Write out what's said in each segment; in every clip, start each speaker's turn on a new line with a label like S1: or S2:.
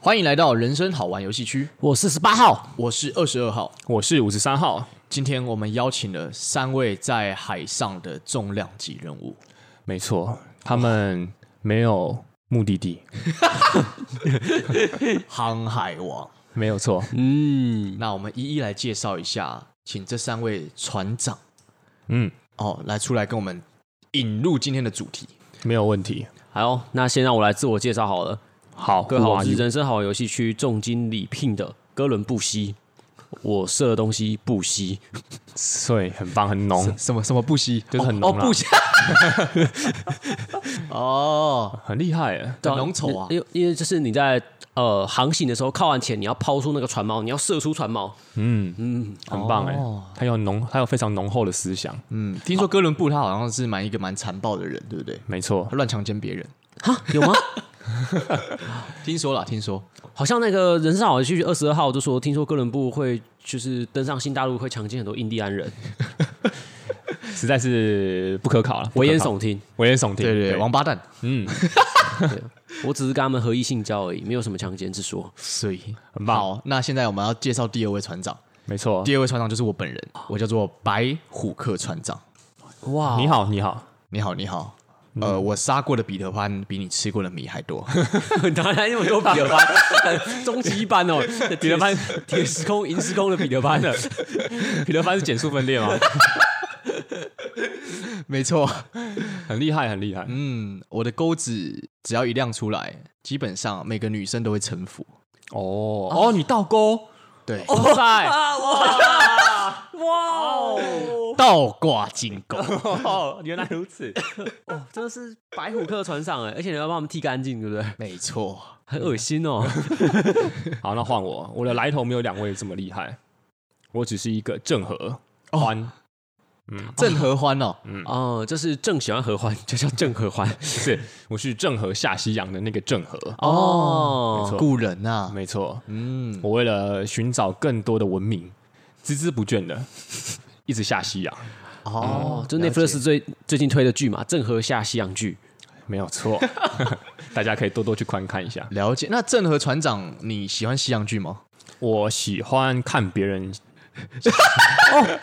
S1: 欢迎来到人生好玩游戏区，
S2: 我四十八号，
S1: 我是二十二号。
S3: 我是五十三号，
S1: 今天我们邀请了三位在海上的重量级人物，
S3: 没错，他们没有目的地，
S1: 航海王。
S3: 没有错，
S2: 嗯，
S1: 那我们一一来介绍一下，请这三位船长
S3: 嗯，
S1: 哦来出来跟我们引入今天的主题。
S3: 没有问题。
S2: 好，那先让我来自我介绍好了。
S3: 好，
S2: 各位好，
S3: Who
S2: 我
S3: are
S2: 是
S3: you？
S2: 人生好玩游戏区重金礼聘的哥伦布西，我射的东西不稀，
S3: 所以很棒，很浓，
S1: 什么什么不惜，
S3: 就是很
S1: 哦
S3: 浓啦
S1: 不惜 哦，
S3: 很厉害耶。
S1: 很浓稠啊
S2: 因为因为就是你在呃航行的时候靠岸前，你要抛出那个船锚，你要射出船锚，
S3: 很棒哎
S1: 哦，
S3: 他有浓，他有非常浓厚的思想，
S1: 嗯，听说哥伦布他好像是蛮一个蛮残暴的人，对不对？
S3: 没错
S1: 他，乱强奸别人，
S2: 哈，有吗？
S1: 听说啦，听说
S2: 好像那个人生好玩游戏区二十二号就说，听说哥伦布会就是登上新大陆会强奸很多印第安人，
S3: 实在是不可考了，
S2: 危言
S3: 不可考，
S2: 耸听。
S3: 危言耸听，
S1: 对对对，王八蛋，
S2: 我只是跟他们合意性交而已，没有什么强奸之说。
S1: 所以
S3: 很棒
S1: 好，那现在我们要介绍第二位船长，
S3: 没错。
S1: 第二位船长就是我本人，我叫做白虎克船长。
S2: 哇，
S3: 你好，你好，
S1: 你好，你好。
S3: 嗯
S1: 呃，我杀过的彼得潘比你吃过的米还多。
S2: 当然有多彼 得潘，终极一班哦，彼得潘铁时空银时空的彼 得潘了，
S3: 彼得潘是减速分裂吗？
S1: 没错，
S3: 很厉害，很厉害，
S1: 嗯，我的钩子只要一亮出来，基本上每个女生都会臣服。
S3: 哦哦，你倒钩，
S1: 对，
S3: 哇塞，
S2: 哇哦，
S1: 倒挂金 钩。
S3: 哦，原来如 此，
S2: 哦真的是白虎克船上哎，而且你要帮我们剃干净，对不对？
S1: 没错，
S2: 很恶心哦，
S3: 好，那换我，我的来头没有两位这么厉害，我只是一个郑和欢，
S1: 郑合欢哦，
S3: 嗯
S2: 哦，就是正喜欢合欢， 就叫 正合欢
S3: 是，我是郑和下西洋的那个郑和，没
S2: 哦，
S3: 错
S1: 故人啊，
S3: 没错。
S1: 嗯，
S3: 我为了寻找更多的文明，孜孜不倦的一直下西洋，
S1: 哦
S2: 哦，就
S1: 那
S2: Netflix 最最近推的剧嘛，郑和下西洋剧，
S3: 没有 错。大家可以多多去观看一下。
S1: 了解。那郑和船长，你喜欢西洋剧吗？
S3: 我喜欢看别人，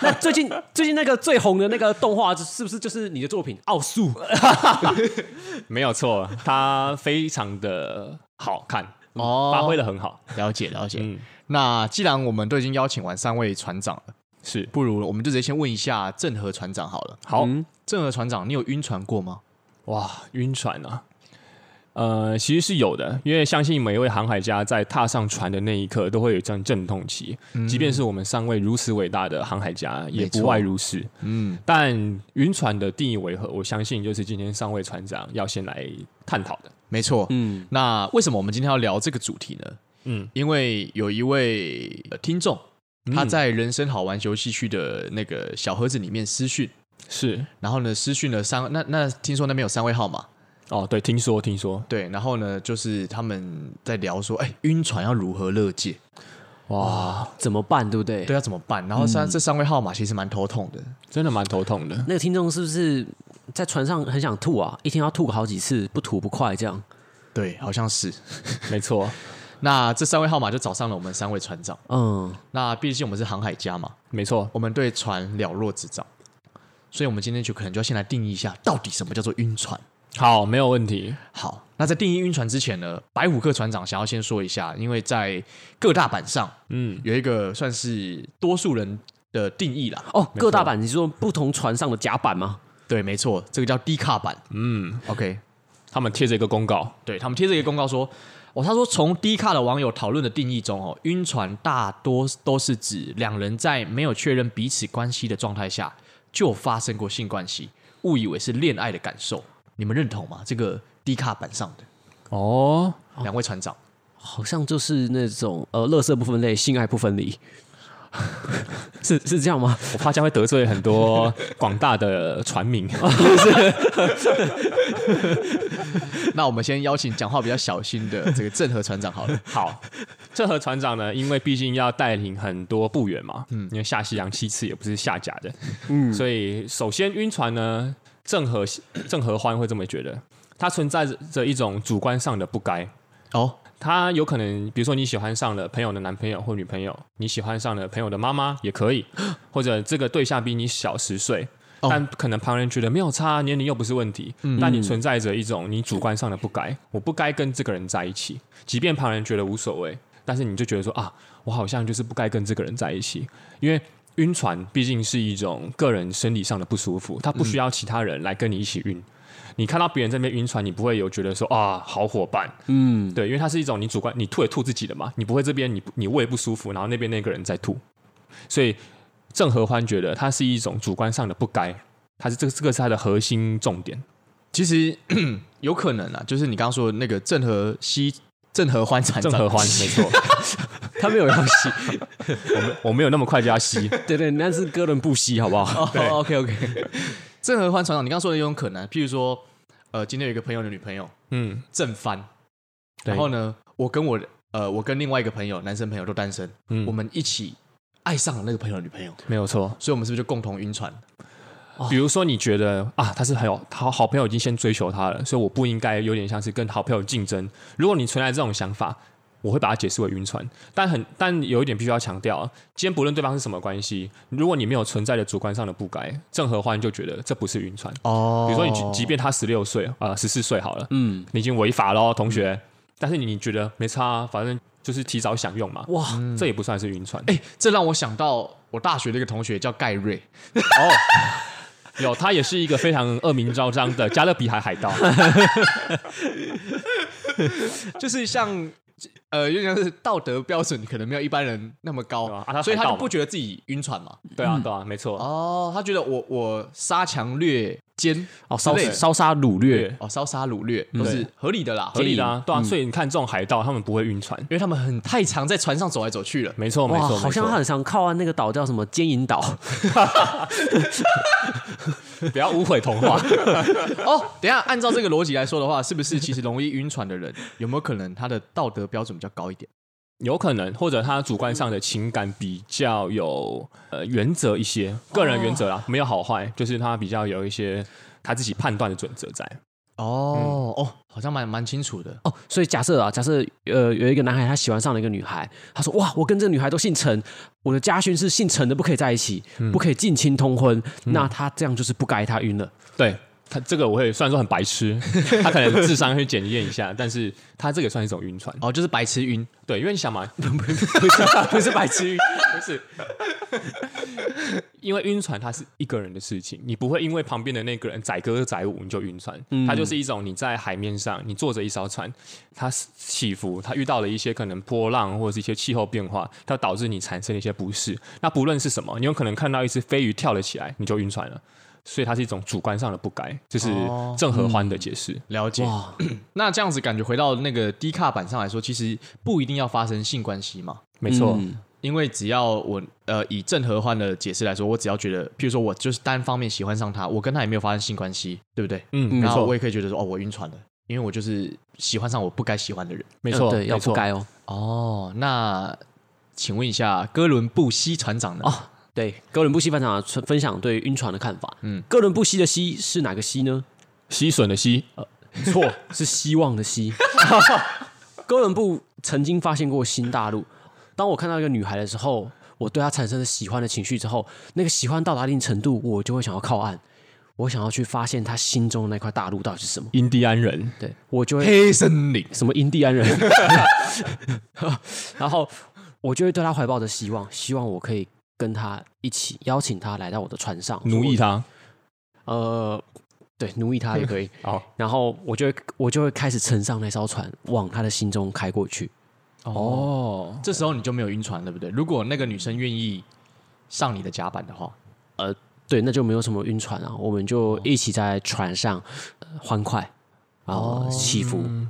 S2: 那最近最近那个最红的那个动画是不是就是你的作品《奥数》？
S3: 没有错，他非常的好看，
S1: 哦
S3: 发挥的很好。
S1: 了解，了解。
S3: 嗯，
S1: 那既然我们都已经邀请完三位船长了，
S3: 是
S1: 不如我们就直接先问一下郑和船长好了。
S3: 好、
S1: 郑和船长，你有晕船过吗？
S3: 哇，晕船啊！呃，其实是有的，因为相信每一位航海家在踏上船的那一刻，都会有一段阵痛期。
S1: 嗯
S3: 即便是我们三位如此伟大的航海家，也
S1: 没错
S3: 不外如是。
S1: 嗯，
S3: 但晕船的定义为何？我相信就是今天上位船长要先来探讨的。
S1: 没错。
S2: 嗯，
S1: 那为什么我们今天要聊这个主题呢？
S3: 嗯，
S1: 因为有一位、呃听众，他在人生好玩游戏区的那个小盒子里面私讯，
S3: 是
S1: 然后呢私讯了三那那听说那边有三位号码，
S3: 哦，对，听说听说，
S1: 对，然后呢就是他们在聊说，哎，晕船要如何乐界，
S3: 哇，
S2: 怎么办？对不对？
S1: 对，要怎么办？然后
S3: 嗯
S1: 三、这三位号码其实蛮头痛的，
S3: 真的蛮头痛的。
S2: 那个听众是不是在船上很想吐啊？一天要吐个好几次，不吐不快这样。
S1: 对，好像是。
S3: 没错，
S1: 那这三位号码就找上了我们三位船长，
S2: 嗯，
S1: 那毕竟我们是航海家嘛，
S3: 没错，
S1: 我们对船了若指掌，所以我们今天就可能就要先来定义一下，到底什么叫做晕船。
S3: 好，没有问题。
S1: 好，那在定义晕船之前呢，白虎克船长想要先说一下，因为在各大版上
S3: 嗯，
S1: 有一个算是多数人的定义啦。
S2: 哦，各大版你说不同船上的甲板吗？
S1: 对，没错，这个叫低卡版。嗯，OK，
S3: 他们贴着一个公告，
S1: 对他们贴着一个公告说，哦，他说从低卡的网友讨论的定义中，哦，晕船大多都是指两人在没有确认彼此关系的状态下就发生过性关系，误以为是恋爱的感受。你们认同吗？这个低卡版上的
S3: 哦，
S1: 两位船长，
S2: 好像就是那种呃，乐色不分类，性爱不分离， 是是这样吗？
S3: 我怕将会得罪很多广大的船民。
S1: 那我们先邀请讲话比较小心的这个郑和船长好 了。
S3: 好，郑和船长呢，因为毕竟要带领很多部员嘛，嗯，因为下西洋七次也不是下甲的，嗯，所以首先晕船呢，郑和郑和欢会这么觉得，他存在着一种主观上的不该，
S1: 哦，
S3: 他有可能，比如说你喜欢上了朋友的男朋友或女朋友，你喜欢上了朋友的妈妈也可以， 或者这个对象比你小十岁。
S1: 哦
S3: 但可能旁人觉得没有差，年龄又不是问题，但你存在着一种你主观上的不该，我不该跟这个人在一起，即便旁人觉得无所谓，但是你就觉得说啊，我好像就是不该跟这个人在一起，因为晕船毕竟是一种个人生理上的不舒服，它不需要其他人来跟你一起晕。你看到别人在那边晕船，你不会有觉得说啊，好伙伴，嗯，对，因为它是一种你主观，你吐也吐自己的嘛，你不会这边你你胃不舒服，然后那边那个人在吐，所以郑和欢觉得它是一种主观上的不该，它是这个这个是它的核心重点，
S1: 其实 有可能啊，就是你刚刚说的那个郑和西郑和欢产
S3: 郑和欢没 错，
S2: 他没有要吸，
S3: 我没有那么快就要吸，
S2: 对对，那是哥伦布吸，好不好？
S1: 哦，OK OK，郑和欢船长，你刚刚说的有种可能，譬如说，呃，今天有一个朋友的女朋友
S3: 嗯，
S1: 正翻，
S3: 对
S1: 然后呢，我跟我呃，我跟另外一个朋友，男生朋友都单身，
S3: 嗯
S1: 我们一起爱上了那个朋友的女朋友，
S3: 没有错，
S1: 所以我们是不是就共同晕船？
S3: 比如说，你觉得啊，他是很有好好朋友已经先追求他了，所以我不应该有点像是跟好朋友竞争。如果你存在这种想法，我会把它解释为晕船。但很但有一点必须要强调啊，今天不论对方是什么关系，如果你没有存在的主观上的不该，郑和欢就觉得这不是晕船。
S1: 哦
S3: 比如说你即便他十六岁啊，十四岁好了，嗯，你已经违法了哦，同学。但是你觉得没差、啊，反正就是提早享用嘛，
S2: 哇，
S3: 这也不算是晕船。
S1: 哎、这让我想到我大学的一个同学叫盖瑞，
S3: 有，他也是一个非常恶名昭彰的加勒比海海盗。
S1: 就是像呃，有点像是道德标准可能没有一般人那么高，
S3: 对啊啊他
S1: 所以
S3: 海
S1: 他
S3: 盗
S1: 就
S3: 嘛
S1: 不觉得自己晕船嘛。
S3: 对啊，对啊，没错。
S1: 哦，他觉得我我杀强掠奸
S2: 哦，烧
S1: 之类的
S2: 烧杀掳掠，
S3: 对
S1: 哦烧杀掳掠都是合理的啦，
S3: 合理的
S1: 的，
S3: 啊，对
S2: 嗯
S3: 啊，所以你看这种海盗，他们不会晕船，
S1: 因为他们很太常在船上走来走去了。
S3: 没错，没
S2: 哇，
S3: 错，
S2: 好像
S3: 没
S2: 他
S3: 错
S2: 很常靠岸那个岛叫什么奸淫岛，
S3: 不要误会童话，
S1: 哦，等一下，按照这个逻辑来说的话，是不是其实容易晕船的人，有没有可能他的道德标准比较高一点？
S3: 有可能或者他主观上的情感比较有呃原则一些，个人原则
S2: 哦
S3: 啦，没有好坏，就是他比较有一些他自己判断的准则在。
S1: 哦、哦，好像蛮蛮清楚的。
S2: 哦，所以假设啊，假设呃有一个男孩他喜欢上了一个女孩，他说哇，我跟这个女孩都姓陈，我的家训是姓陈的不可以在一起，
S3: 嗯
S2: 不可以近亲通婚，那他这样就是不该他晕了。
S3: 对他这个我会虽然说很白痴，他可能智商去检验一下，但是他这个也算是一种晕船。
S1: 哦，就是白痴晕，
S3: 对，因为你想嘛，
S2: 不是不是白痴晕，
S3: 不是，因为晕船它是一个人的事情，你不会因为旁边的那个人载歌载舞你就晕船，它就是一种你在海面上，你坐着一艘船，它起伏，它遇到了一些可能波浪或者是一些气候变化，它导致你产生了一些不适。那不论是什么，你有可能看到一只飞鱼跳了起来，你就晕船了。所以它是一种主观上的不该，这是郑和欢的解释。
S1: 了解。那这样子感觉回到那个低卡版上来说，其实不一定要发生性关系嘛，
S3: 没错，
S2: 嗯
S1: 因为只要我呃以郑和欢的解释来说，我只要觉得，譬如说我就是单方面喜欢上他，我跟他也没有发生性关系，对不对？
S3: 嗯，没
S1: 然后
S3: 错
S1: 我，也可以觉得说，哦，我晕船了，因为我就是喜欢上我不该喜欢的人。
S3: 没错，
S2: 对，要
S3: 没错
S2: 不该哦。
S1: 哦，那请问一下，哥伦布西船长呢？
S2: 哦对，哥伦布西班长分享对晕船的看法。嗯，哥伦布西的西是哪个西呢？
S3: 吸吮的吸，
S2: 错，是希望 的希。哥伦布曾经发现过新大陆。当我看到一个女孩的时候，我对她产生了喜欢的情绪之后，那个喜欢到达一定程度，我就会想要靠岸，我想要去发现她心中的那块大陆到底是什么。
S3: 印第安人。
S2: 对我就会
S1: 黑森林
S2: 什么印第安人， 然后我就会对她怀抱着希望，希望我可以跟她一起邀请她来到我的船上
S3: 奴役。他，
S2: 呃，对，奴役她也可以。
S3: 好，
S2: 然后我就会我就会开始乘上那艘船，往他的心中开过去。
S1: 哦，
S3: 哦，
S1: 这时候你就没有晕船，对不对？如果那个女生愿意上你的甲板的话，
S2: 对，那就没有什么晕船啊，我们就一起在船上、呃欢快，然后
S3: 嗯
S2: 起伏。
S3: 哦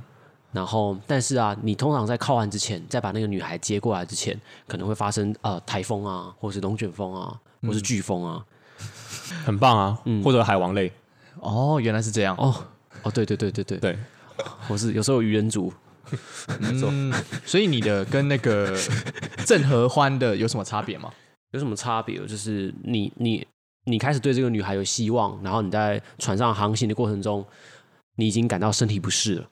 S2: 然后，但是啊，你通常在靠岸之前，在把那个女孩接过来之前，可能会发生呃台风啊，或是龙卷风啊，或是飓风啊。嗯
S3: 很棒啊，嗯或者海王类，
S1: 嗯哦，原来是这样。
S2: 哦哦，对对对对对，
S3: 对，
S2: 或是有时候渔人族，
S1: 嗯，所以你的跟那 个郑和欢的有什么差别吗？
S2: 有什么差别？就是你你你开始对这个女孩有希望，然后你在船上航行的过程中，你已经感到身体不适了，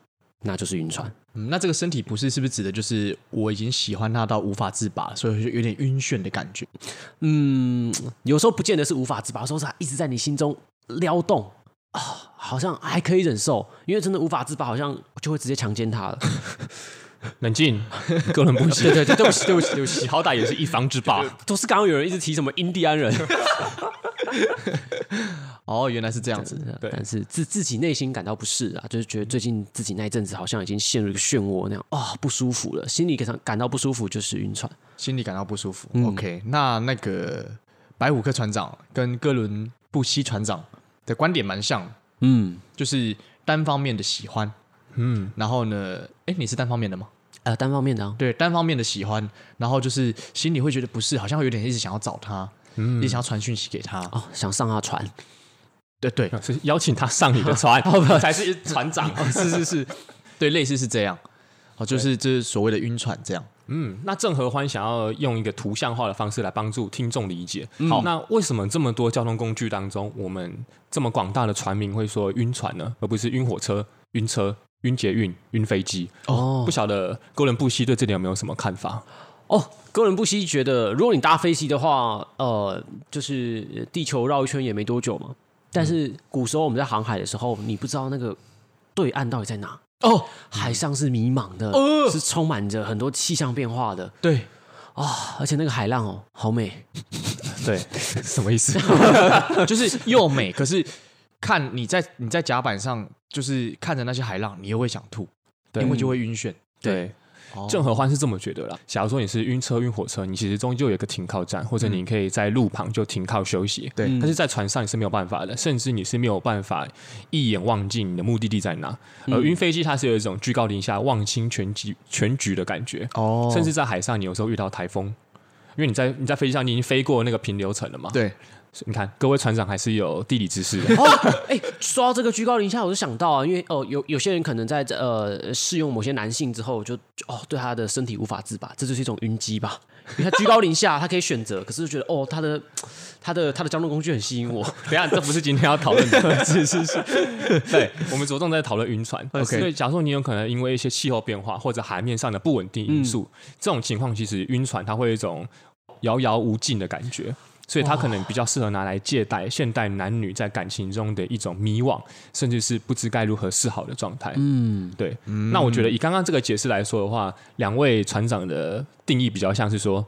S2: 那就是晕船。
S1: 嗯，那这个身体不适是不是指的就是我已经喜欢他到无法自拔，所以就有点晕眩的感觉？
S2: 嗯，有时候不见得是无法自拔，有时候是它一直在你心中撩动啊，好像还可以忍受，因为真的无法自拔，好像就会直接强奸他了。
S3: 冷静，你 个人不行。
S2: 对对对，对不起对不起对不起，
S3: 你好歹也是一方之霸，
S2: 都是刚刚有人一直提什么印第安 人，
S1: 哦，原来是这样子。
S3: 对
S2: 但是自自己内心感到不适啊，就是觉得最近自己那一阵子好像已经陷入一个漩涡那样啊、不舒服了，心里感感到不舒服就是晕船。
S1: 心里感到不舒服。OK，那那个白虎克船长跟哥伦布西船长的观点蛮像，
S2: 嗯，
S1: 就是单方面的喜欢。嗯，然后呢？哎，你是单方面的吗？
S2: 呃，单方面的、啊，
S1: 对，单方面的喜欢，然后就是心里会觉得不是，好像有点一直想要找他，嗯，一直想要传讯息给他。
S2: 哦，想上他船，
S1: 对 对，
S3: 是邀请他上你的 船，才是船长。
S1: 是是是，对，类似是这样。哦，就是这是所谓的晕船这样。
S3: 嗯，那郑和欢想要用一个图像化的方式来帮助听众理解。好，那为什么这么多交通工具当中，我们这么广大的船民会说晕船呢，而不是晕火车、晕车、晕捷运、晕飞机？
S2: 哦
S3: 不晓得哥伦布西对这点有没有什么看法？
S2: 哦，哥伦布西觉得，如果你搭飞机的话，呃，就是地球绕一圈也没多久嘛。但是古时候我们在航海的时候，你不知道那个对岸到底在哪，
S1: 哦，
S2: 海上是迷茫的，是充满着很多气象变化的
S1: 对，
S2: 啊，而且那个海浪哦，好美，
S3: 对， 什么意思？
S1: 就是又美，可是看你在你在甲板上，就是看着那些海浪，你又会想吐，因为就会晕眩。
S3: 对。
S1: 哦
S3: 郑和欢是这么觉得啦。假如说你是晕车、晕火车，你其实终究有一个停靠站，或者你可以在路旁就停靠休息。
S1: 嗯对
S3: 但是在船上你是没有办法的，甚至你是没有办法一眼望尽你的目的地在哪。
S1: 嗯
S3: 而晕飞机它是有一种居高临下望清全局全局的感觉，
S1: 哦
S3: 甚至在海上你有时候遇到台风，因为你在你在飞机上你已经飞过那个平流层了嘛。，
S1: 对，
S3: 你看各位船长还是有地理知识的。
S2: 哦，哎、说到这个居高临下，我就想到啊，因为哦、有有些人可能在呃试用某些男性之后就，就哦对他的身体无法自拔，这就是一种晕机吧。因为他居高临下，他可以选择，可是就觉得哦，他的他的他的交通工具很吸引我。
S3: 等一下，这不是今天要讨论的， 是是是，对，我们着重在讨论晕船。
S1: OK
S3: 所以假如说你有可能因为一些气候变化或者海面上的不稳定因素，这种情况其实晕船它会有一种遥遥无尽的感觉，所以它可能比较适合拿来借代现代男女在感情中的一种迷惘，甚至是不知该如何是好的状态。嗯，对。那我觉得以刚刚这个解释来说的话，两位船长的定义比较像是说。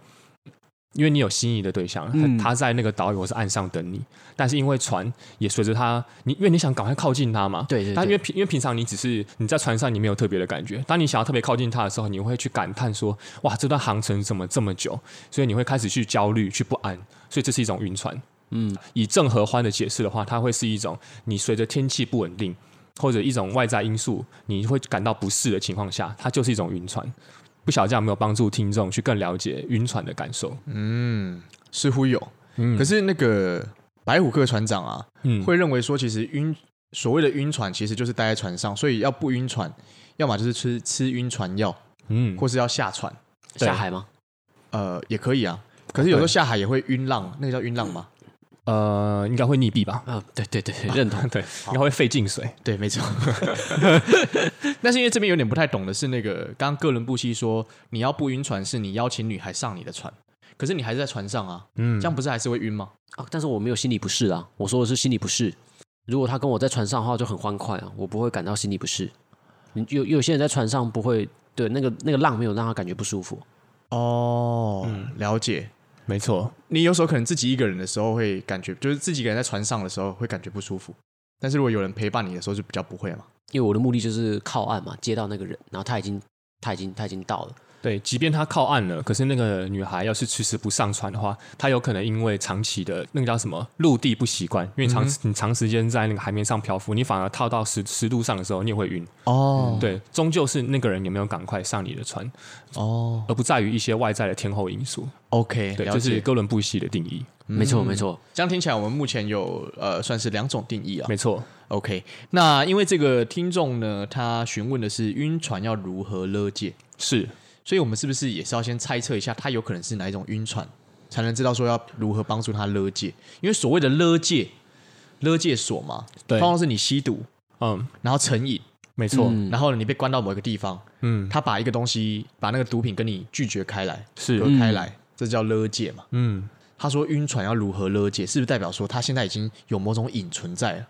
S3: 因为你有心仪的对象，
S2: 嗯
S3: 他他在那个岛屿或是岸上等你，但是因为船也随着他，你因为你想赶快靠近他嘛，
S2: 对对对
S3: 但因为平因为平常你只是你在船上你没有特别的感觉，当你想要特别靠近他的时候，你会去感叹说，哇，这段航程怎么这么久？所以你会开始去焦虑、去不安，所以这是一种晕船。嗯，以郑和欢的解释的话，它会是一种你随着天气不稳定或者一种外在因素，你会感到不适的情况下，它就是一种晕船。不晓得这样有没有帮助听众去更了解晕船的感受？
S1: 似乎有。
S3: 嗯
S1: 可是那个白虎克船长啊，
S3: 嗯，
S1: 会认为说，其实晕所谓的晕船，其实就是待在船上，所以要不晕船，要么就是吃吃晕船药，
S3: 嗯
S1: 或是要下船，
S3: 对
S2: 下海吗？
S1: 呃，也可以啊。可
S3: 哦
S1: 是有时候下海也会晕浪，那个叫晕浪吗？
S3: 呃，应该会溺毙吧？
S2: 啊、对对对，认同。
S3: 对，应该会费进水。
S1: 对，没错。 但是因为这边有点不太懂的是，那个刚刚哥伦布西说，你要不晕船是你邀请女孩上你的船，可是你还是在船上啊，
S3: 嗯
S1: 这样不是还是会晕吗？
S2: 啊，但是我没有心理不适啊，我说的是心理不适。如果他跟我在船上的话，就很欢快啊，我不会感到心理不适。你有有些人在船上不会，对那个那个浪没有让他感觉不舒服。
S1: 哦，了解。
S3: 没错，
S1: 你有时候可能自己一个人的时候会感觉，就是自己一个人在船上的时候会感觉不舒服，但是如果有人陪伴你的时候就比较不会嘛。
S2: 因为我的目的就是靠岸嘛，接到那个人，然后他已经他已经他已经到了，
S3: 对，即便她靠岸了，可是那个女孩要是迟迟不上船的话，她有可能因为长期的那个叫什么陆地不习惯，因为长、你长时间在那个海面上漂浮，你反而套到十十度上的时候，你也会晕。
S1: 哦，
S3: 对，终究是那个人有没有赶快上你的船，
S1: 哦
S3: 而不在于一些外在的天候因素。
S1: ，OK，
S3: 对，
S1: 了
S3: 这
S1: 解。
S3: 是哥伦布西的定义。
S2: 没错没错，
S1: 这样听起来，我们目前有呃算是两种定义啊。
S3: 没错，
S1: OK，那因为这个听众呢，他询问的是晕船要如何勒戒，
S3: 是
S1: 所以我们是不是也是要先猜测一下，他有可能是哪一种晕船，才能知道说要如何帮助他勒戒？因为所谓的勒戒，勒戒所嘛，
S3: 对
S1: 通常是你吸毒，
S3: 嗯，
S1: 然后成瘾，
S3: 没错，
S1: 然后你被关到某一个地方，
S3: 嗯，
S1: 他把一个东西，把那个毒品跟你拒绝开来，
S3: 是
S1: 隔开来，这叫勒戒嘛。
S3: 嗯，
S1: 他说晕船要如何勒戒，是不是代表说他现在已经有某种瘾存在了？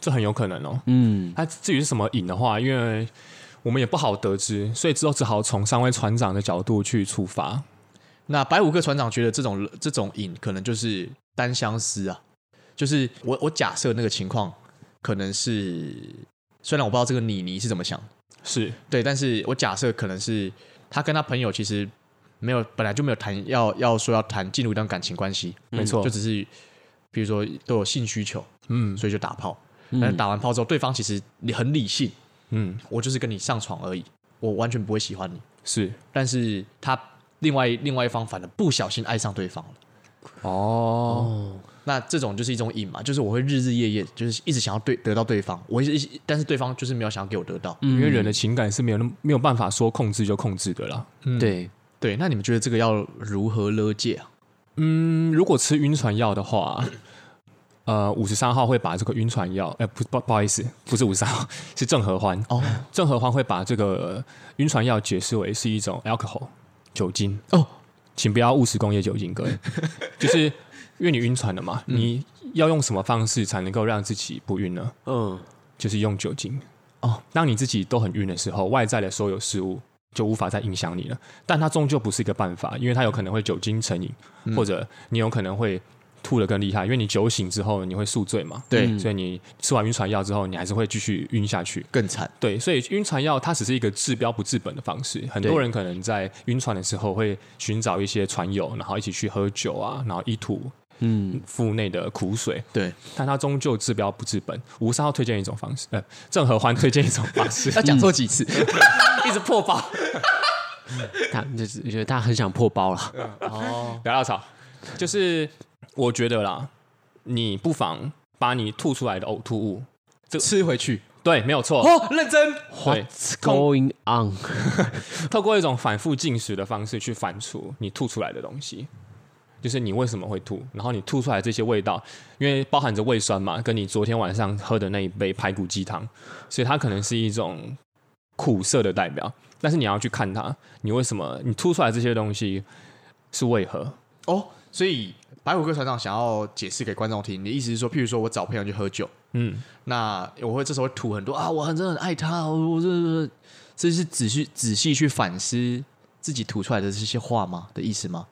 S3: 这很有可能哦。
S2: 嗯，
S3: 他至于是什么瘾的话，因为我们也不好得知，所以之后只好从上位船长的角度去出发。
S1: 那白虎克船长觉得这种这种瘾可能就是单相思啊，就是我我假设那个情况可能是，虽然我不知道这个妮妮是怎么想，
S3: 是，
S1: 对，但是我假设可能是他跟他朋友其实没有本来就没有谈要要说要谈进入一段感情关系，
S3: 没错
S1: 就只是比如说都有性需求，
S3: 嗯
S1: 所以就打炮。但是打完炮之后，对方其实你很理性，
S3: 嗯，
S1: 我就是跟你上床而已，我完全不会喜欢你。
S3: 是
S1: 但是他另外另外一方反而不小心爱上对方了。
S3: 哦，
S1: 那这种就是一种瘾嘛，就是我会日日夜夜，就是一直想要对得到对方，我一直，但是对方就是没有想要给我得到。
S3: 因为人的情感是没有那么没有办法说控制就控制的啦。
S2: 啊对，
S1: 对，那你们觉得这个要如何勒戒啊？
S3: 嗯，如果吃晕船药的话，呃，五十三号会把这个晕船药，哎、不不不好意思，不是五十三号， 是郑合欢。
S1: 哦
S3: 郑合欢会把这个晕船药解释为是一种 alcohol 酒精
S1: 哦，
S3: 请不要误食工业酒精，各 位，就是因为你晕船了嘛，
S1: 嗯
S3: 你要用什么方式才能够让自己不晕呢？
S2: 嗯，
S3: 就是用酒精
S1: 哦。
S3: 当你自己都很晕的时候，外在的所有事物就无法再影响你了。但它终究不是一个办法，因为它有可能会酒精成瘾，或者你有可能会吐得更厉害，因为你酒醒之后你会宿醉嘛。
S1: 对
S3: 所以你吃完晕船药之后，你还是会继续晕下去。
S1: 更惨，
S3: 对，所以晕船药它只是一个治标不治本的方式。很多
S2: 对
S3: 人可能在晕船的时候会寻找一些船友，然后一起去喝酒啊，然后一吐
S2: 嗯，
S3: 腹内的苦水，
S1: 对，
S3: 但它终究治标不治本。吴三号推荐一种方式，呃，郑和欢推荐一种方 式
S1: 要。讲错几次，一直破包。
S2: 他就是觉得他很想破包了，
S3: 不要吵，就是我觉得啦，你不妨把你吐出来的呕吐物，
S1: 吃回去
S3: 对，没有错，
S1: 哦，认真
S3: 对，
S2: going on，
S3: 透过一种反复进食的方式去反刍你吐出来的东西，就是你为什么会吐，然后你吐出来这些味道，因为包含着胃酸嘛，跟你昨天晚上喝的那一杯排骨鸡汤，所以它可能是一种苦涩的代表。但是你要去看它，你为什么你吐出来这些东西是为何？
S1: 哦。所以白虎哥船长想要解释给观众听，你的意思是说，譬如说我找朋友去喝酒，
S3: 嗯，
S1: 那我会这时候吐很多啊，我很真的很爱他，我我这这是仔细仔细去反思自己吐出来的这些话吗的意思吗？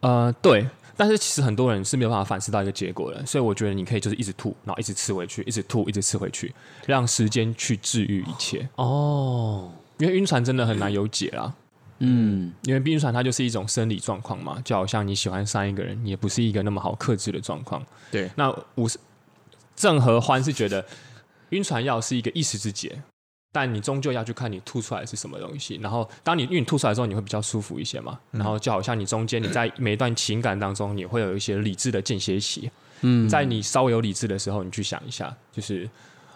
S3: 呃，对。但是其实很多人是没有办法反思到一个结果的，所以我觉得你可以就是一直吐，然后一直吃回去，一直吐，一直吃回去，让时间去治愈一切。
S2: 哦，
S3: 因为晕船真的很难有解啊啦。
S2: 嗯，
S3: 因为晕船它就是一种生理状况嘛，就好像你喜欢上一个人，也不是一个那么好克制的状况。
S1: 对，
S3: 那五十郑和欢是觉得晕船药是一个一时之解，但你终究要去看你吐出来是什么东西。然后当你因为你吐出来之后，你会比较舒服一些嘛。然后就好像你中间你在每一段情感当中，你会有一些理智的间歇期。
S2: 嗯，
S3: 在你稍微有理智的时候，你去想一下，就是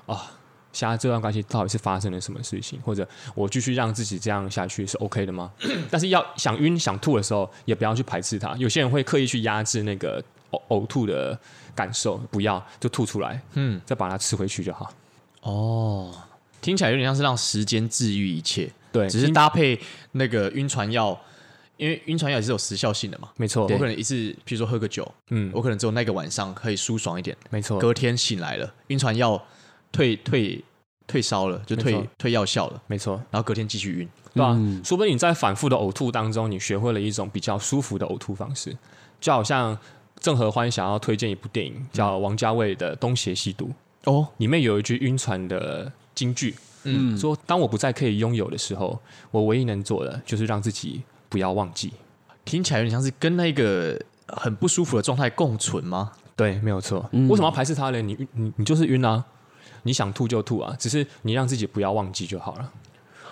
S3: 啊、现在这段关系到底是发生了什么事情，或者我继续让自己这样下去是 OK 的吗？但是要想晕、想吐的时候，也不要去排斥它。有些人会刻意去压制那个呕呕吐的感受，不要就吐出来，
S1: 嗯
S3: 嗯，再把它吃回去就好。
S1: 哦，听起来有点像是让时间治愈一切，
S3: 对，
S1: 只是搭配那个晕船药，因为晕船药也是有时效性的嘛。
S3: 没错，
S1: 我可能一次，譬如说喝个酒，
S3: 嗯，
S1: 我可能只有那个晚上可以舒爽一点，
S3: 没错，
S1: 隔天醒来了，晕船药退退退烧了，就
S3: 没
S1: 退
S3: 错
S1: 退药效了，
S3: 没错，
S1: 然后隔天继续晕。
S3: 对吧、说不定你在反复的呕吐当中，你学会了一种比较舒服的呕吐方式，就好像郑和欢想要推荐一部电影叫王家卫的《东邪西毒》，
S1: 哦，
S3: 里面有一句晕船的金句，嗯，说当我不再可以拥有的时候，我唯一能做的就是让自己不要忘记。
S1: 听起来有点像是跟那个很不舒服的状态共存吗？
S3: 对，没有错。
S2: 嗯
S3: 为什么要排斥它呢？你晕你你就是晕啊，你想吐就吐啊，只是你让自己不要忘记就好了。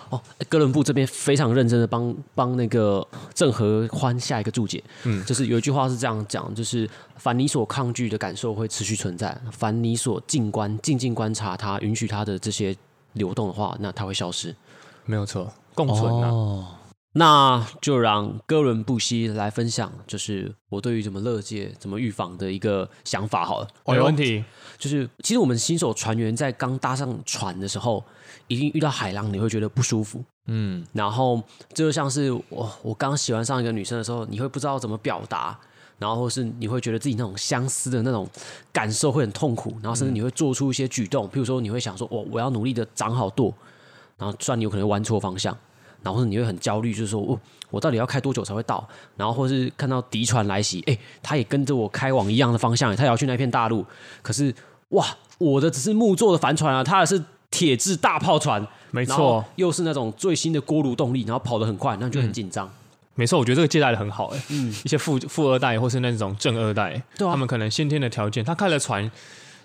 S2: 哦，哥伦布这边非常认真的帮帮那个郑和欢下一个注解，嗯，就是有一句话是这样讲，就是凡你所抗拒的感受会持续存在，凡你所静观静静观察它，允许它的这些流动的话，那它会消失。
S3: 哦
S2: 哦
S3: 没有错，共存啊。
S2: 那就让哥伦布西来分享，就是我对于怎么乐界、怎么预防的一个想法好了。
S1: 哎
S3: 没问题。
S2: 就是其实我们新手船员在刚搭上船的时候，一定遇到海浪，你会觉得不舒服。
S1: 嗯，
S2: 然后这就像是我我刚喜欢上一个女生的时候，你会不知道怎么表达，然后或是你会觉得自己那种相思的那种感受会很痛苦，然后甚至你会做出一些举动，譬如说你会想说，我我要努力的长好舵，然后虽然你有可能弯错方向，然后或者你会很焦虑，就是说，哦，我到底要开多久才会到？然后或是看到敌船来袭，哎，他也跟着我开往一样的方向，他也要去那片大陆，可是哇，我的只是木做的帆船啊，他的是铁制大炮船，
S3: 没
S2: 然后
S3: 错，
S2: 又是那种最新的锅炉动力，然后跑得很快，那你就很紧张。
S3: 没错，我觉得这个借贷的很好哎、一些富富二代或是那种正二代，
S2: 嗯对啊
S3: 他们可能先天的条件，他开了船，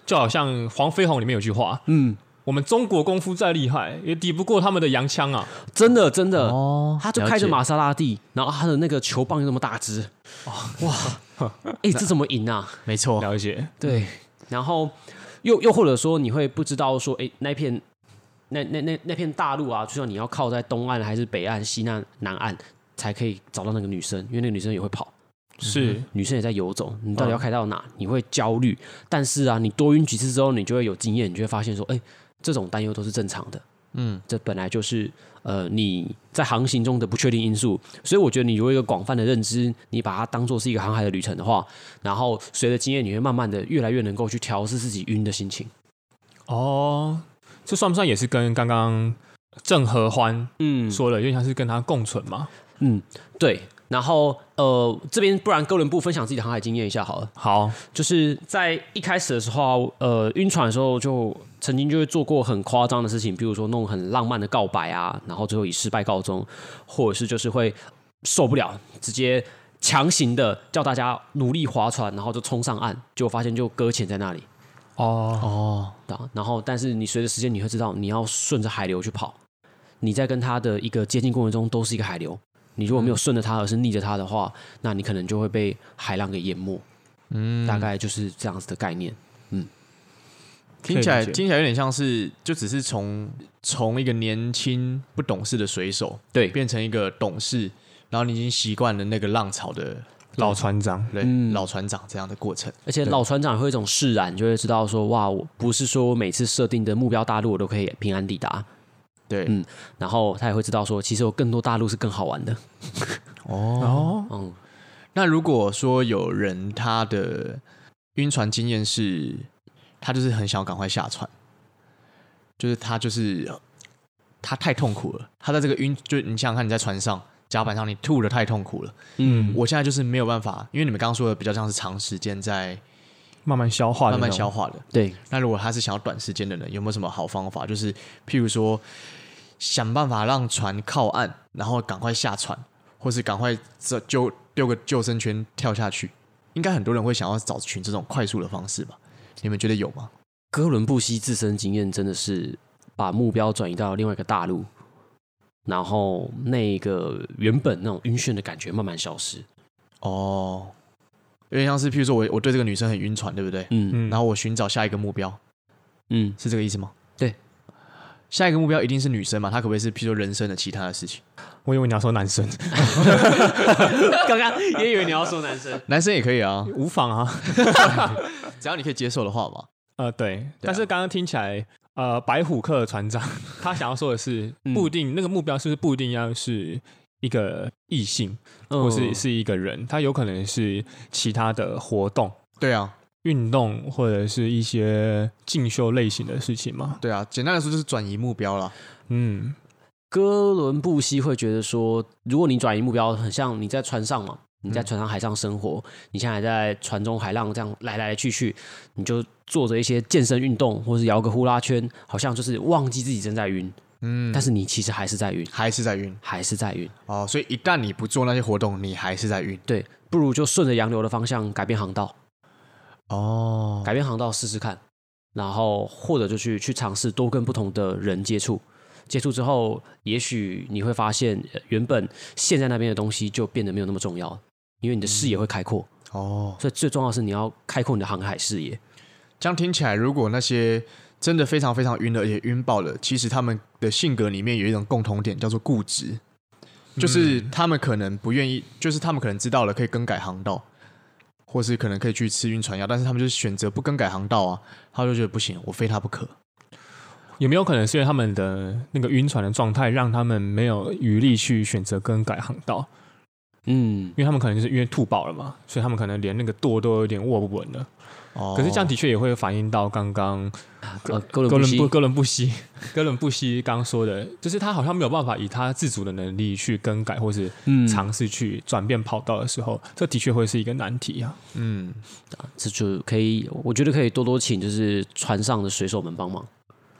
S3: 就好像黄飞鸿里面有句话，
S2: 嗯，
S3: 我们中国功夫再厉害，也抵不过他们的洋枪啊！
S2: 真的真的，
S1: 哦
S2: 他就
S1: 了
S2: 开着
S1: 解
S2: 玛莎拉蒂，然后他的那个球棒又那么大只，哇，哎、这怎么赢啊？
S1: 没错，
S3: 了解，
S2: 对，然后又又或者说你会不知道说，哎、那片那那那那片大陆啊，就算你要靠在东岸还是北岸、西岸、南岸才可以找到那个女生，因为那个女生也会跑。
S3: 是
S2: 女生也在游走，你到底要开到哪？你会焦虑，但是啊，你多晕几次之后，你就会有经验，你就会发现说，哎、这种担忧都是正常的。嗯，这本来就是呃你在航行中的不确定因素，所以我觉得你如果有一个广泛的认知，你把它当做是一个航海的旅程的话，然后随着经验，你会慢慢的越来越能够去调试自己晕的心情。
S3: 哦，这算不算也是跟刚刚郑和欢
S2: 嗯
S3: 说了，有点像是跟他共存嘛？
S2: 嗯，对。然后呃，这边不然哥伦布分享自己的航海经验一下好了。
S3: 好，
S2: 就是在一开始的时候啊，呃，晕船的时候就曾经就会做过很夸张的事情，比如说弄很浪漫的告白啊，然后最后以失败告终，或者是就是会受不了，直接强行的叫大家努力划船，然后就冲上岸，结果发现就搁浅在那里，
S3: 哦，
S1: 哦，
S2: 对啊然后但是你随着时间你会知道，你要顺着海流去跑，你在跟它的一个接近过程中都是一个海流。你如果没有顺着它，而是逆着它的话，那你可能就会被海浪给淹没。嗯，大概就是这样子的概念。
S1: 听起来
S3: 可以理解
S1: 听起来有点像是，就只是从从一个年轻不懂事的水手，
S2: 对
S1: 变成一个懂事，然后你已经习惯了那个浪潮的
S3: 老船长，
S1: 对、老船长这样的过程。
S2: 而且老船长会有一种释然，就会知道说，哇，我不是说我每次设定的目标大陆我都可以平安抵达，
S1: 对，
S2: 嗯然后他也会知道说，其实有更多大陆是更好玩的。
S3: 哦，
S2: 嗯，
S1: 那如果说有人他的晕船经验是，他就是很想要赶快下船，就是他就是他太痛苦了，他在这个晕，就你想想看，你在船上甲板上你吐的太痛苦了，
S3: 嗯，
S1: 我现在就是没有办法，因为你们刚刚说的比较像是长时间在
S3: 慢慢消化，
S1: 慢慢消，化的。
S2: 对，
S1: 那如果他是想要短时间的呢，有没有什么好方法？就是譬如说，想办法让船靠岸，然后赶快下船，或是赶快这就丢个救生圈跳下去。应该很多人会想要找寻这种快速的方式吧？你们觉得有吗？
S2: 哥伦布西自身经验真的是把目标转移到另外一个大陆，然后那个原本那种晕眩的感觉慢慢消失。
S1: 哦，有点像是譬如说我我对这个女生很晕船，对不对？
S2: 嗯
S3: 嗯，
S1: 然后我寻找下一个目标，
S2: 嗯，
S1: 是这个意思吗？
S2: 对，
S1: 下一个目标一定是女生嘛？她可不可以是譬如说人生的其他的事情？
S3: 我以为你要说男生，
S2: 刚刚也以为你要说男生，
S1: 男生也可以啊，
S3: 无妨啊，
S1: 只要你可以接受的话嘛。
S3: 呃，对，
S1: 啊
S3: 但是刚刚听起来，呃，白虎克船 长他想要说的是，
S1: 嗯
S3: 不一定、那个目标是不是不一定要是一个异性，
S1: 嗯
S2: 嗯
S3: 或是是一个人，他有可能是其他的活动、
S1: 对啊，
S3: 运动或者是一些进修类型的事情嘛。
S1: 对啊，简单来说就是转移目标啦。
S3: 嗯，
S2: 哥伦布西会觉得说，如果你转移目标，很像你在船上嘛，你在船上海上生活，你现在还在船中海浪这样来来去去，你就做着一些健身运动，或是摇个呼啦圈，好像就是忘记自己正在晕，嗯，但是你其实还是在晕，
S1: 还是在晕
S2: 还是在晕，
S1: 哦，所以一旦你不做那些活动，你还是在晕
S2: 对，不如就顺着洋流的方向改变航道，
S1: 哦。
S2: 改变航道试试看，然后或者就去去尝试多跟不同的人接触，接触之后，也许你会发现呃原本现在那边的东西就变得没有那么重要，因为你的
S3: 嗯
S2: 视野会开阔。
S1: 哦，
S2: 所以最重要的是你要开阔你的航海视野。
S1: 这样听起来，如果那些真的非常非常晕的，而且晕爆了，其实他们的性格里面有一种共同点，叫做固执。
S3: 嗯
S1: 就是他们可能不愿意，就是他们可能知道了可以更改航道，或是可能可以去吃晕船药，但是他们就是选择不更改航道啊，他就觉得不行，我非他不可。
S3: 有没有可能是因为他们的那个晕船的状态，让他们没有余力去选择更改航道？
S2: 嗯，
S3: 因为他们可能就是因为吐饱了嘛，所以他们可能连那个舵都有点握不稳了。
S1: 哦
S3: 可是这样的确也会反映到刚刚
S2: 呃，
S3: 哥
S2: 哥伦布
S3: 伦
S2: 西
S3: 布哥伦布西 哥伦布西刚说的，就是他好像没有办法以他自主的能力去更改或是
S2: 嗯
S3: 尝试去转变跑道的时候，这的确会是一个难题啊。
S1: 嗯，
S2: 这就可以，我觉得可以多多请就是船上的水手们帮忙，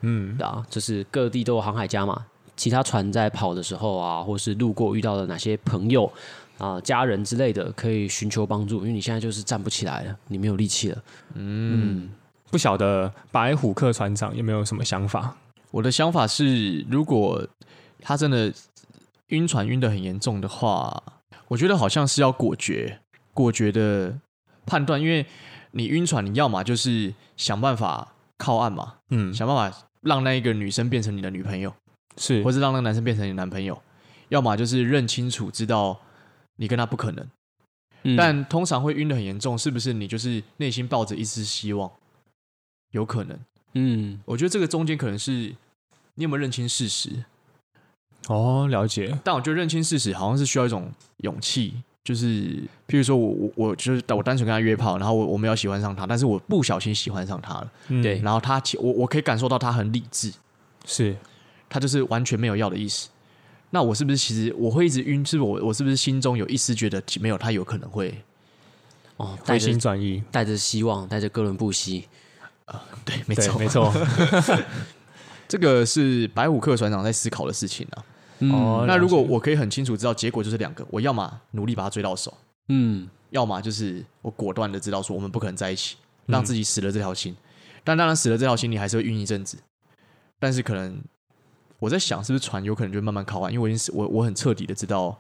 S3: 嗯，
S2: 对啊，就是各地都有航海家嘛，其他船在跑的时候啊，或是路过遇到了哪些朋友啊、家人之类的，可以寻求帮助，因为你现在就是站不起来了，你没有力气了。嗯
S3: 不晓得白虎克船长有没有什么想法？
S1: 我的想法是，如果他真的晕船晕得很严重的话，我觉得好像是要果决、果决的判断，因为你晕船，你要嘛就是想办法靠岸嘛，
S3: 嗯，
S1: 想办法让那一个女生变成你的女朋友，
S3: 是
S1: 或是让那个男生变成你的男朋友，要么就是认清楚，知道你跟他不可能。
S2: 嗯
S1: 但通常会晕得很严重，是不是你就是内心抱着一丝希望？有可能，
S2: 嗯，
S1: 我觉得这个中间可能是你有没有认清事实？
S3: 哦，了解。
S1: 但我觉得认清事实好像是需要一种勇气，就是譬如说我我我就是我单纯跟他约炮，然后我我没有喜欢上他，但是我不小心喜欢上他了，
S3: 嗯
S2: 对
S1: 然后他其我我可以感受到他很理智，
S3: 是
S1: 他就是完全没有要的意思。那我是不是其实我会一直晕？是不是我我是不是心中有一丝觉得没有他有可能会
S2: 哦，带
S3: 回
S2: 着
S3: 心转意，
S2: 带着希望，带着哥伦布西，
S1: 对，没
S3: 对
S1: 错，，
S3: 没 错。
S1: 这个是白虎克船长在思考的事情啊。
S3: 哦，
S1: 那如果
S3: 了解
S1: 我可以很清楚知道结果就是两个，我要么努力把他追到手，
S2: 嗯，
S1: 要么就是我果断的知道说我们不可能在一起，让自己死了这条心。但当然死了这条心，你还是会晕一阵子。但是可能我在想，是不是船有可能就会慢慢靠岸？因为我已经是我我很彻底的知道，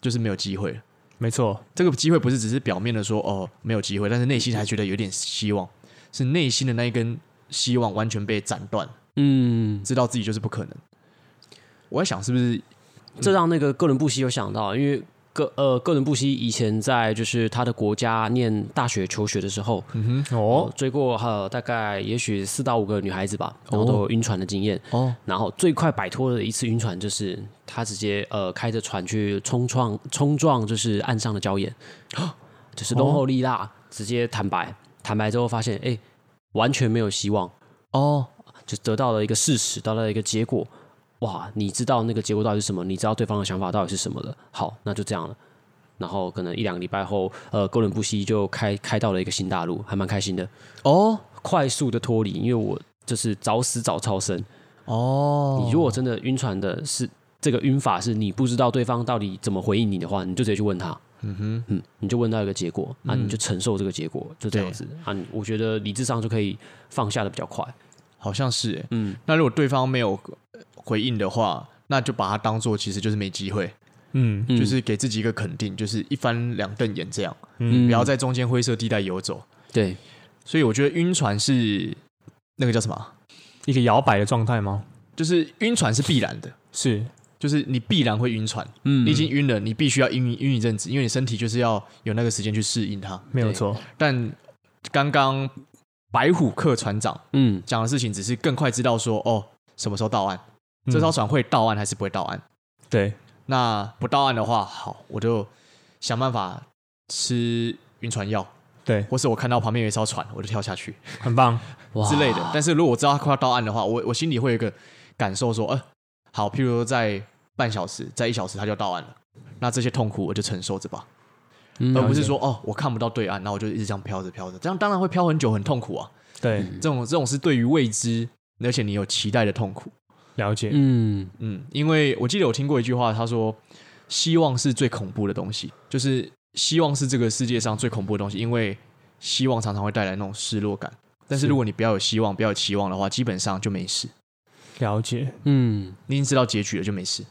S1: 就是没有机会了。
S3: 没错，
S1: 这个机会不是只是表面的说哦没有机会，但是内心还觉得有点希望，是内心的那一根希望完全被斩断，
S2: 嗯，
S1: 知道自己就是不可能。我在想是不是
S2: 这让那个哥伦布西有想到，因为哥呃哥伦布西以前在就是他的国家念大学求学的时候，
S3: 嗯哼，
S2: 哦
S3: 哦，，
S2: 追过呃大概也许四到五个女孩子吧，然后都有晕船的经验。
S1: 哦
S2: 然后最快摆脱的一次晕船，就是他直接呃开着船去冲撞冲撞，就是岸上的礁岩，就是龙后力大，直接坦白。坦白之后发现，哎，完全没有希望，
S1: 哦
S2: 就得到了一个事实，得到了一个结果。哇，你知道那个结果到底是什么？你知道对方的想法到底是什么了？好，那就这样了。然后可能一两个礼拜后，呃，哥伦布西就开开到了一个新大陆，还蛮开心的。
S1: 哦
S2: 快速的脱离，因为我就是早死早超生。
S1: 哦
S2: 你如果真的晕船的是这个晕法，是你不知道对方到底怎么回应你的话，你就直接去问他。嗯哼，嗯，你就问到一个结果啊，你就承受这个结果，就这样子啊。你我觉得理智上就可以放下的比较快。
S1: 好像是欸
S2: 嗯，
S1: 那如果对方没有呃回应的话，那就把它当做其实就是没机会，
S3: 嗯
S2: 嗯
S1: 就是给自己一个肯定，就是一翻两瞪眼这样，
S2: 嗯
S1: 不要在中间灰色地带游走。
S2: 对，
S1: 所以我觉得晕船是那个叫什么啊，
S3: 一个摇摆的状态吗？
S1: 就是晕船是必然的，
S3: 是，
S1: 就是你必然会晕船，
S2: 嗯
S1: 你已经晕了，你必须要晕晕一阵子，因为你身体就是要有那个时间去适应它。
S3: 没有错。
S1: 但刚刚白虎克船长
S2: 嗯
S1: 讲的事情，只是更快知道说哦，什么时候到岸，这艘
S3: 嗯
S1: 船会到岸还是不会到岸。
S3: 对，
S1: 那不到岸的话，好，我就想办法吃晕船药，
S3: 对，
S1: 或是我看到旁边有一艘船，我就跳下去
S3: 很棒。
S2: 哇
S1: 之类的。但是如果我知道它快要到岸的话，我我心里会有一个感受说，呃，好，譬如说在半小时，在一小时它就到岸了，那这些痛苦我就承受着吧，
S2: 嗯
S1: 而不是说哦，我看不到对岸，那我就一直这样飘着飘着，这样当然会飘很久，很痛苦啊。
S3: 对，
S1: 这种这种是对于未知，而且你有期待的痛苦。
S3: 了解。
S2: 嗯
S1: 嗯，因为我记得我听过一句话，他说：“希望是最恐怖的东西，就是希望是这个世界上最恐怖的东西，因为希望常常会带来那种失落感。但是如果你不要有希望，不要有期望的话，基本上就没事。
S3: 了解。
S2: 嗯
S1: 你已经知道结局了，就没事。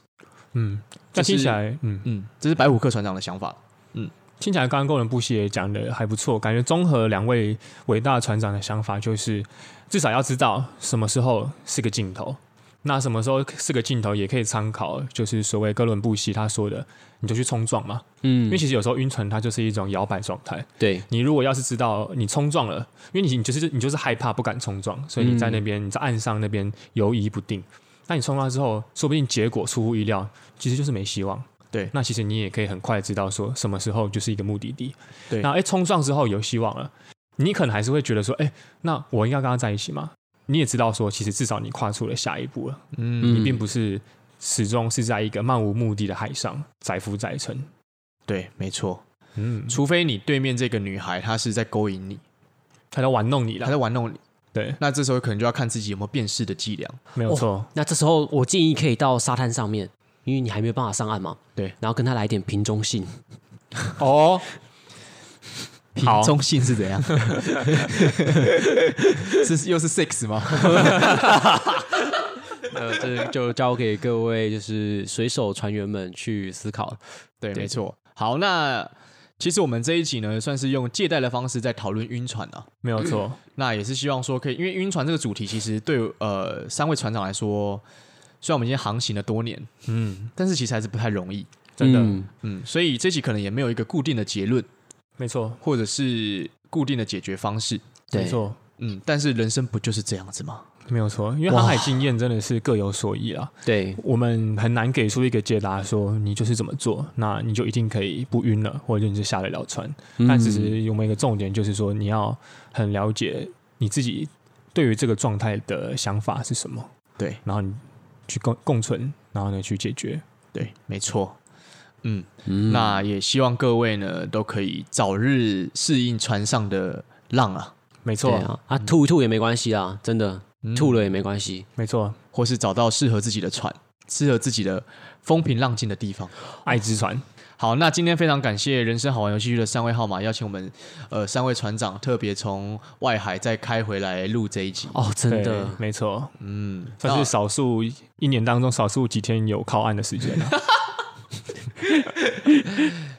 S3: 嗯，
S1: 就
S3: 但
S1: 是
S3: 听起来，嗯，
S1: 嗯，这是白虎克船长的想法。
S3: 听起来刚刚工人布西也讲的还不错，感觉综合两位伟大船长的想法，就是至少要知道什么时候是个尽头。那什么时候是个尽头，也可以参考，就是所谓哥伦布西他说的，你就去冲撞嘛。嗯，因为其实有时候晕船它就是一种摇摆状态。
S2: 对，
S3: 你如果要是知道你冲撞了，因为你你就是你就是害怕不敢冲撞，所以你在那边、你在岸上那边犹疑不定。那你冲撞之后，说不定结果出乎意料，其实就是没希望。
S1: 对
S3: 那其实你也可以很快知道说什么时候就是一个目的地。
S1: 对
S3: 那哎冲撞之后有希望了，你可能还是会觉得说，哎，那我应该跟他在一起吗？你也知道说，其实至少你跨出了下一步了，
S1: 嗯，
S3: 你并不是始终是在一个漫无目的的海上载浮载沉。
S1: 对，没错。
S3: 嗯，
S1: 除非你对面这个女孩她是在勾引你，
S3: 他在玩弄你
S1: 她
S3: 了，
S1: 在玩弄你，
S3: 对，
S1: 那这时候可能就要看自己有没有辨识的伎俩。
S3: 没
S2: 哦
S3: 有 错。
S2: 那这时候我建议可以到沙滩上面，因为你还没有办法上岸嘛。
S1: 对，
S2: 然后跟他来一点瓶中信，
S3: 哦，
S1: 品
S3: 好
S1: 中性是怎样？是又是 six 吗？
S2: 呃，这就交给各位就是水手船员们去思考。
S1: 对，
S2: 对
S1: 没错。好，那其实我们这一集呢，算是用借贷的方式在讨论晕船啊。
S3: 没有错，
S1: 那也是希望说可以，因为晕船这个主题，其实对呃三位船长来说，虽然我们已经航行了多年，
S3: 嗯，
S1: 但是其实还是不太容易。
S3: 真的，
S2: 嗯
S1: 嗯，所以这集可能也没有一个固定的结论，
S3: 没错，
S1: 或者是固定的解决方式。
S2: 对
S3: 没错，
S1: 嗯，但是人生不就是这样子吗？
S3: 没有错，因为
S2: 哇
S3: 航海经验真的是各有所异啦。
S2: 对，
S3: 我们很难给出一个解答，说你就是怎么做，那你就一定可以不晕了，或者你就下得了船。
S2: 嗯
S3: 但其实我们一个重点就是说，你要很了解你自己对于这个状态的想法是什么，
S1: 对
S3: 然后你去共共存，然后呢去解决。
S1: 对，没错。嗯，
S2: 嗯
S1: 那也希望各位呢都可以早日适应船上的浪啊，嗯
S3: 没
S2: 对
S3: 错，
S2: 啊，啊吐一吐也没关系啦，真的吐了也没关系。
S3: 没错，
S1: 或是找到适合自己的船，适合自己的风平浪静的地方。
S3: 爱之船，
S1: 好，那今天非常感谢人生好玩游戏区的三位号码邀请我们，呃，三位船长特别从外海再开回来录这一集。
S2: 哦，真
S3: 对
S2: 的，
S3: 没错，
S1: 嗯，
S3: 算
S1: 那
S3: 是少数一年当中少数几天有靠岸的时间了。啊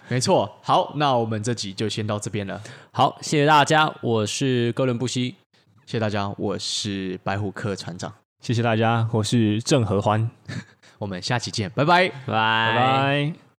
S1: 没错。好，那我们这集就先到这边了，
S2: 好，谢谢大家，我是哥伦布西，
S1: 谢谢大家，我是白虎克船长，
S3: 谢谢大家，我是郑和欢，
S1: 我们下期见，拜拜。
S2: 拜
S3: 拜拜。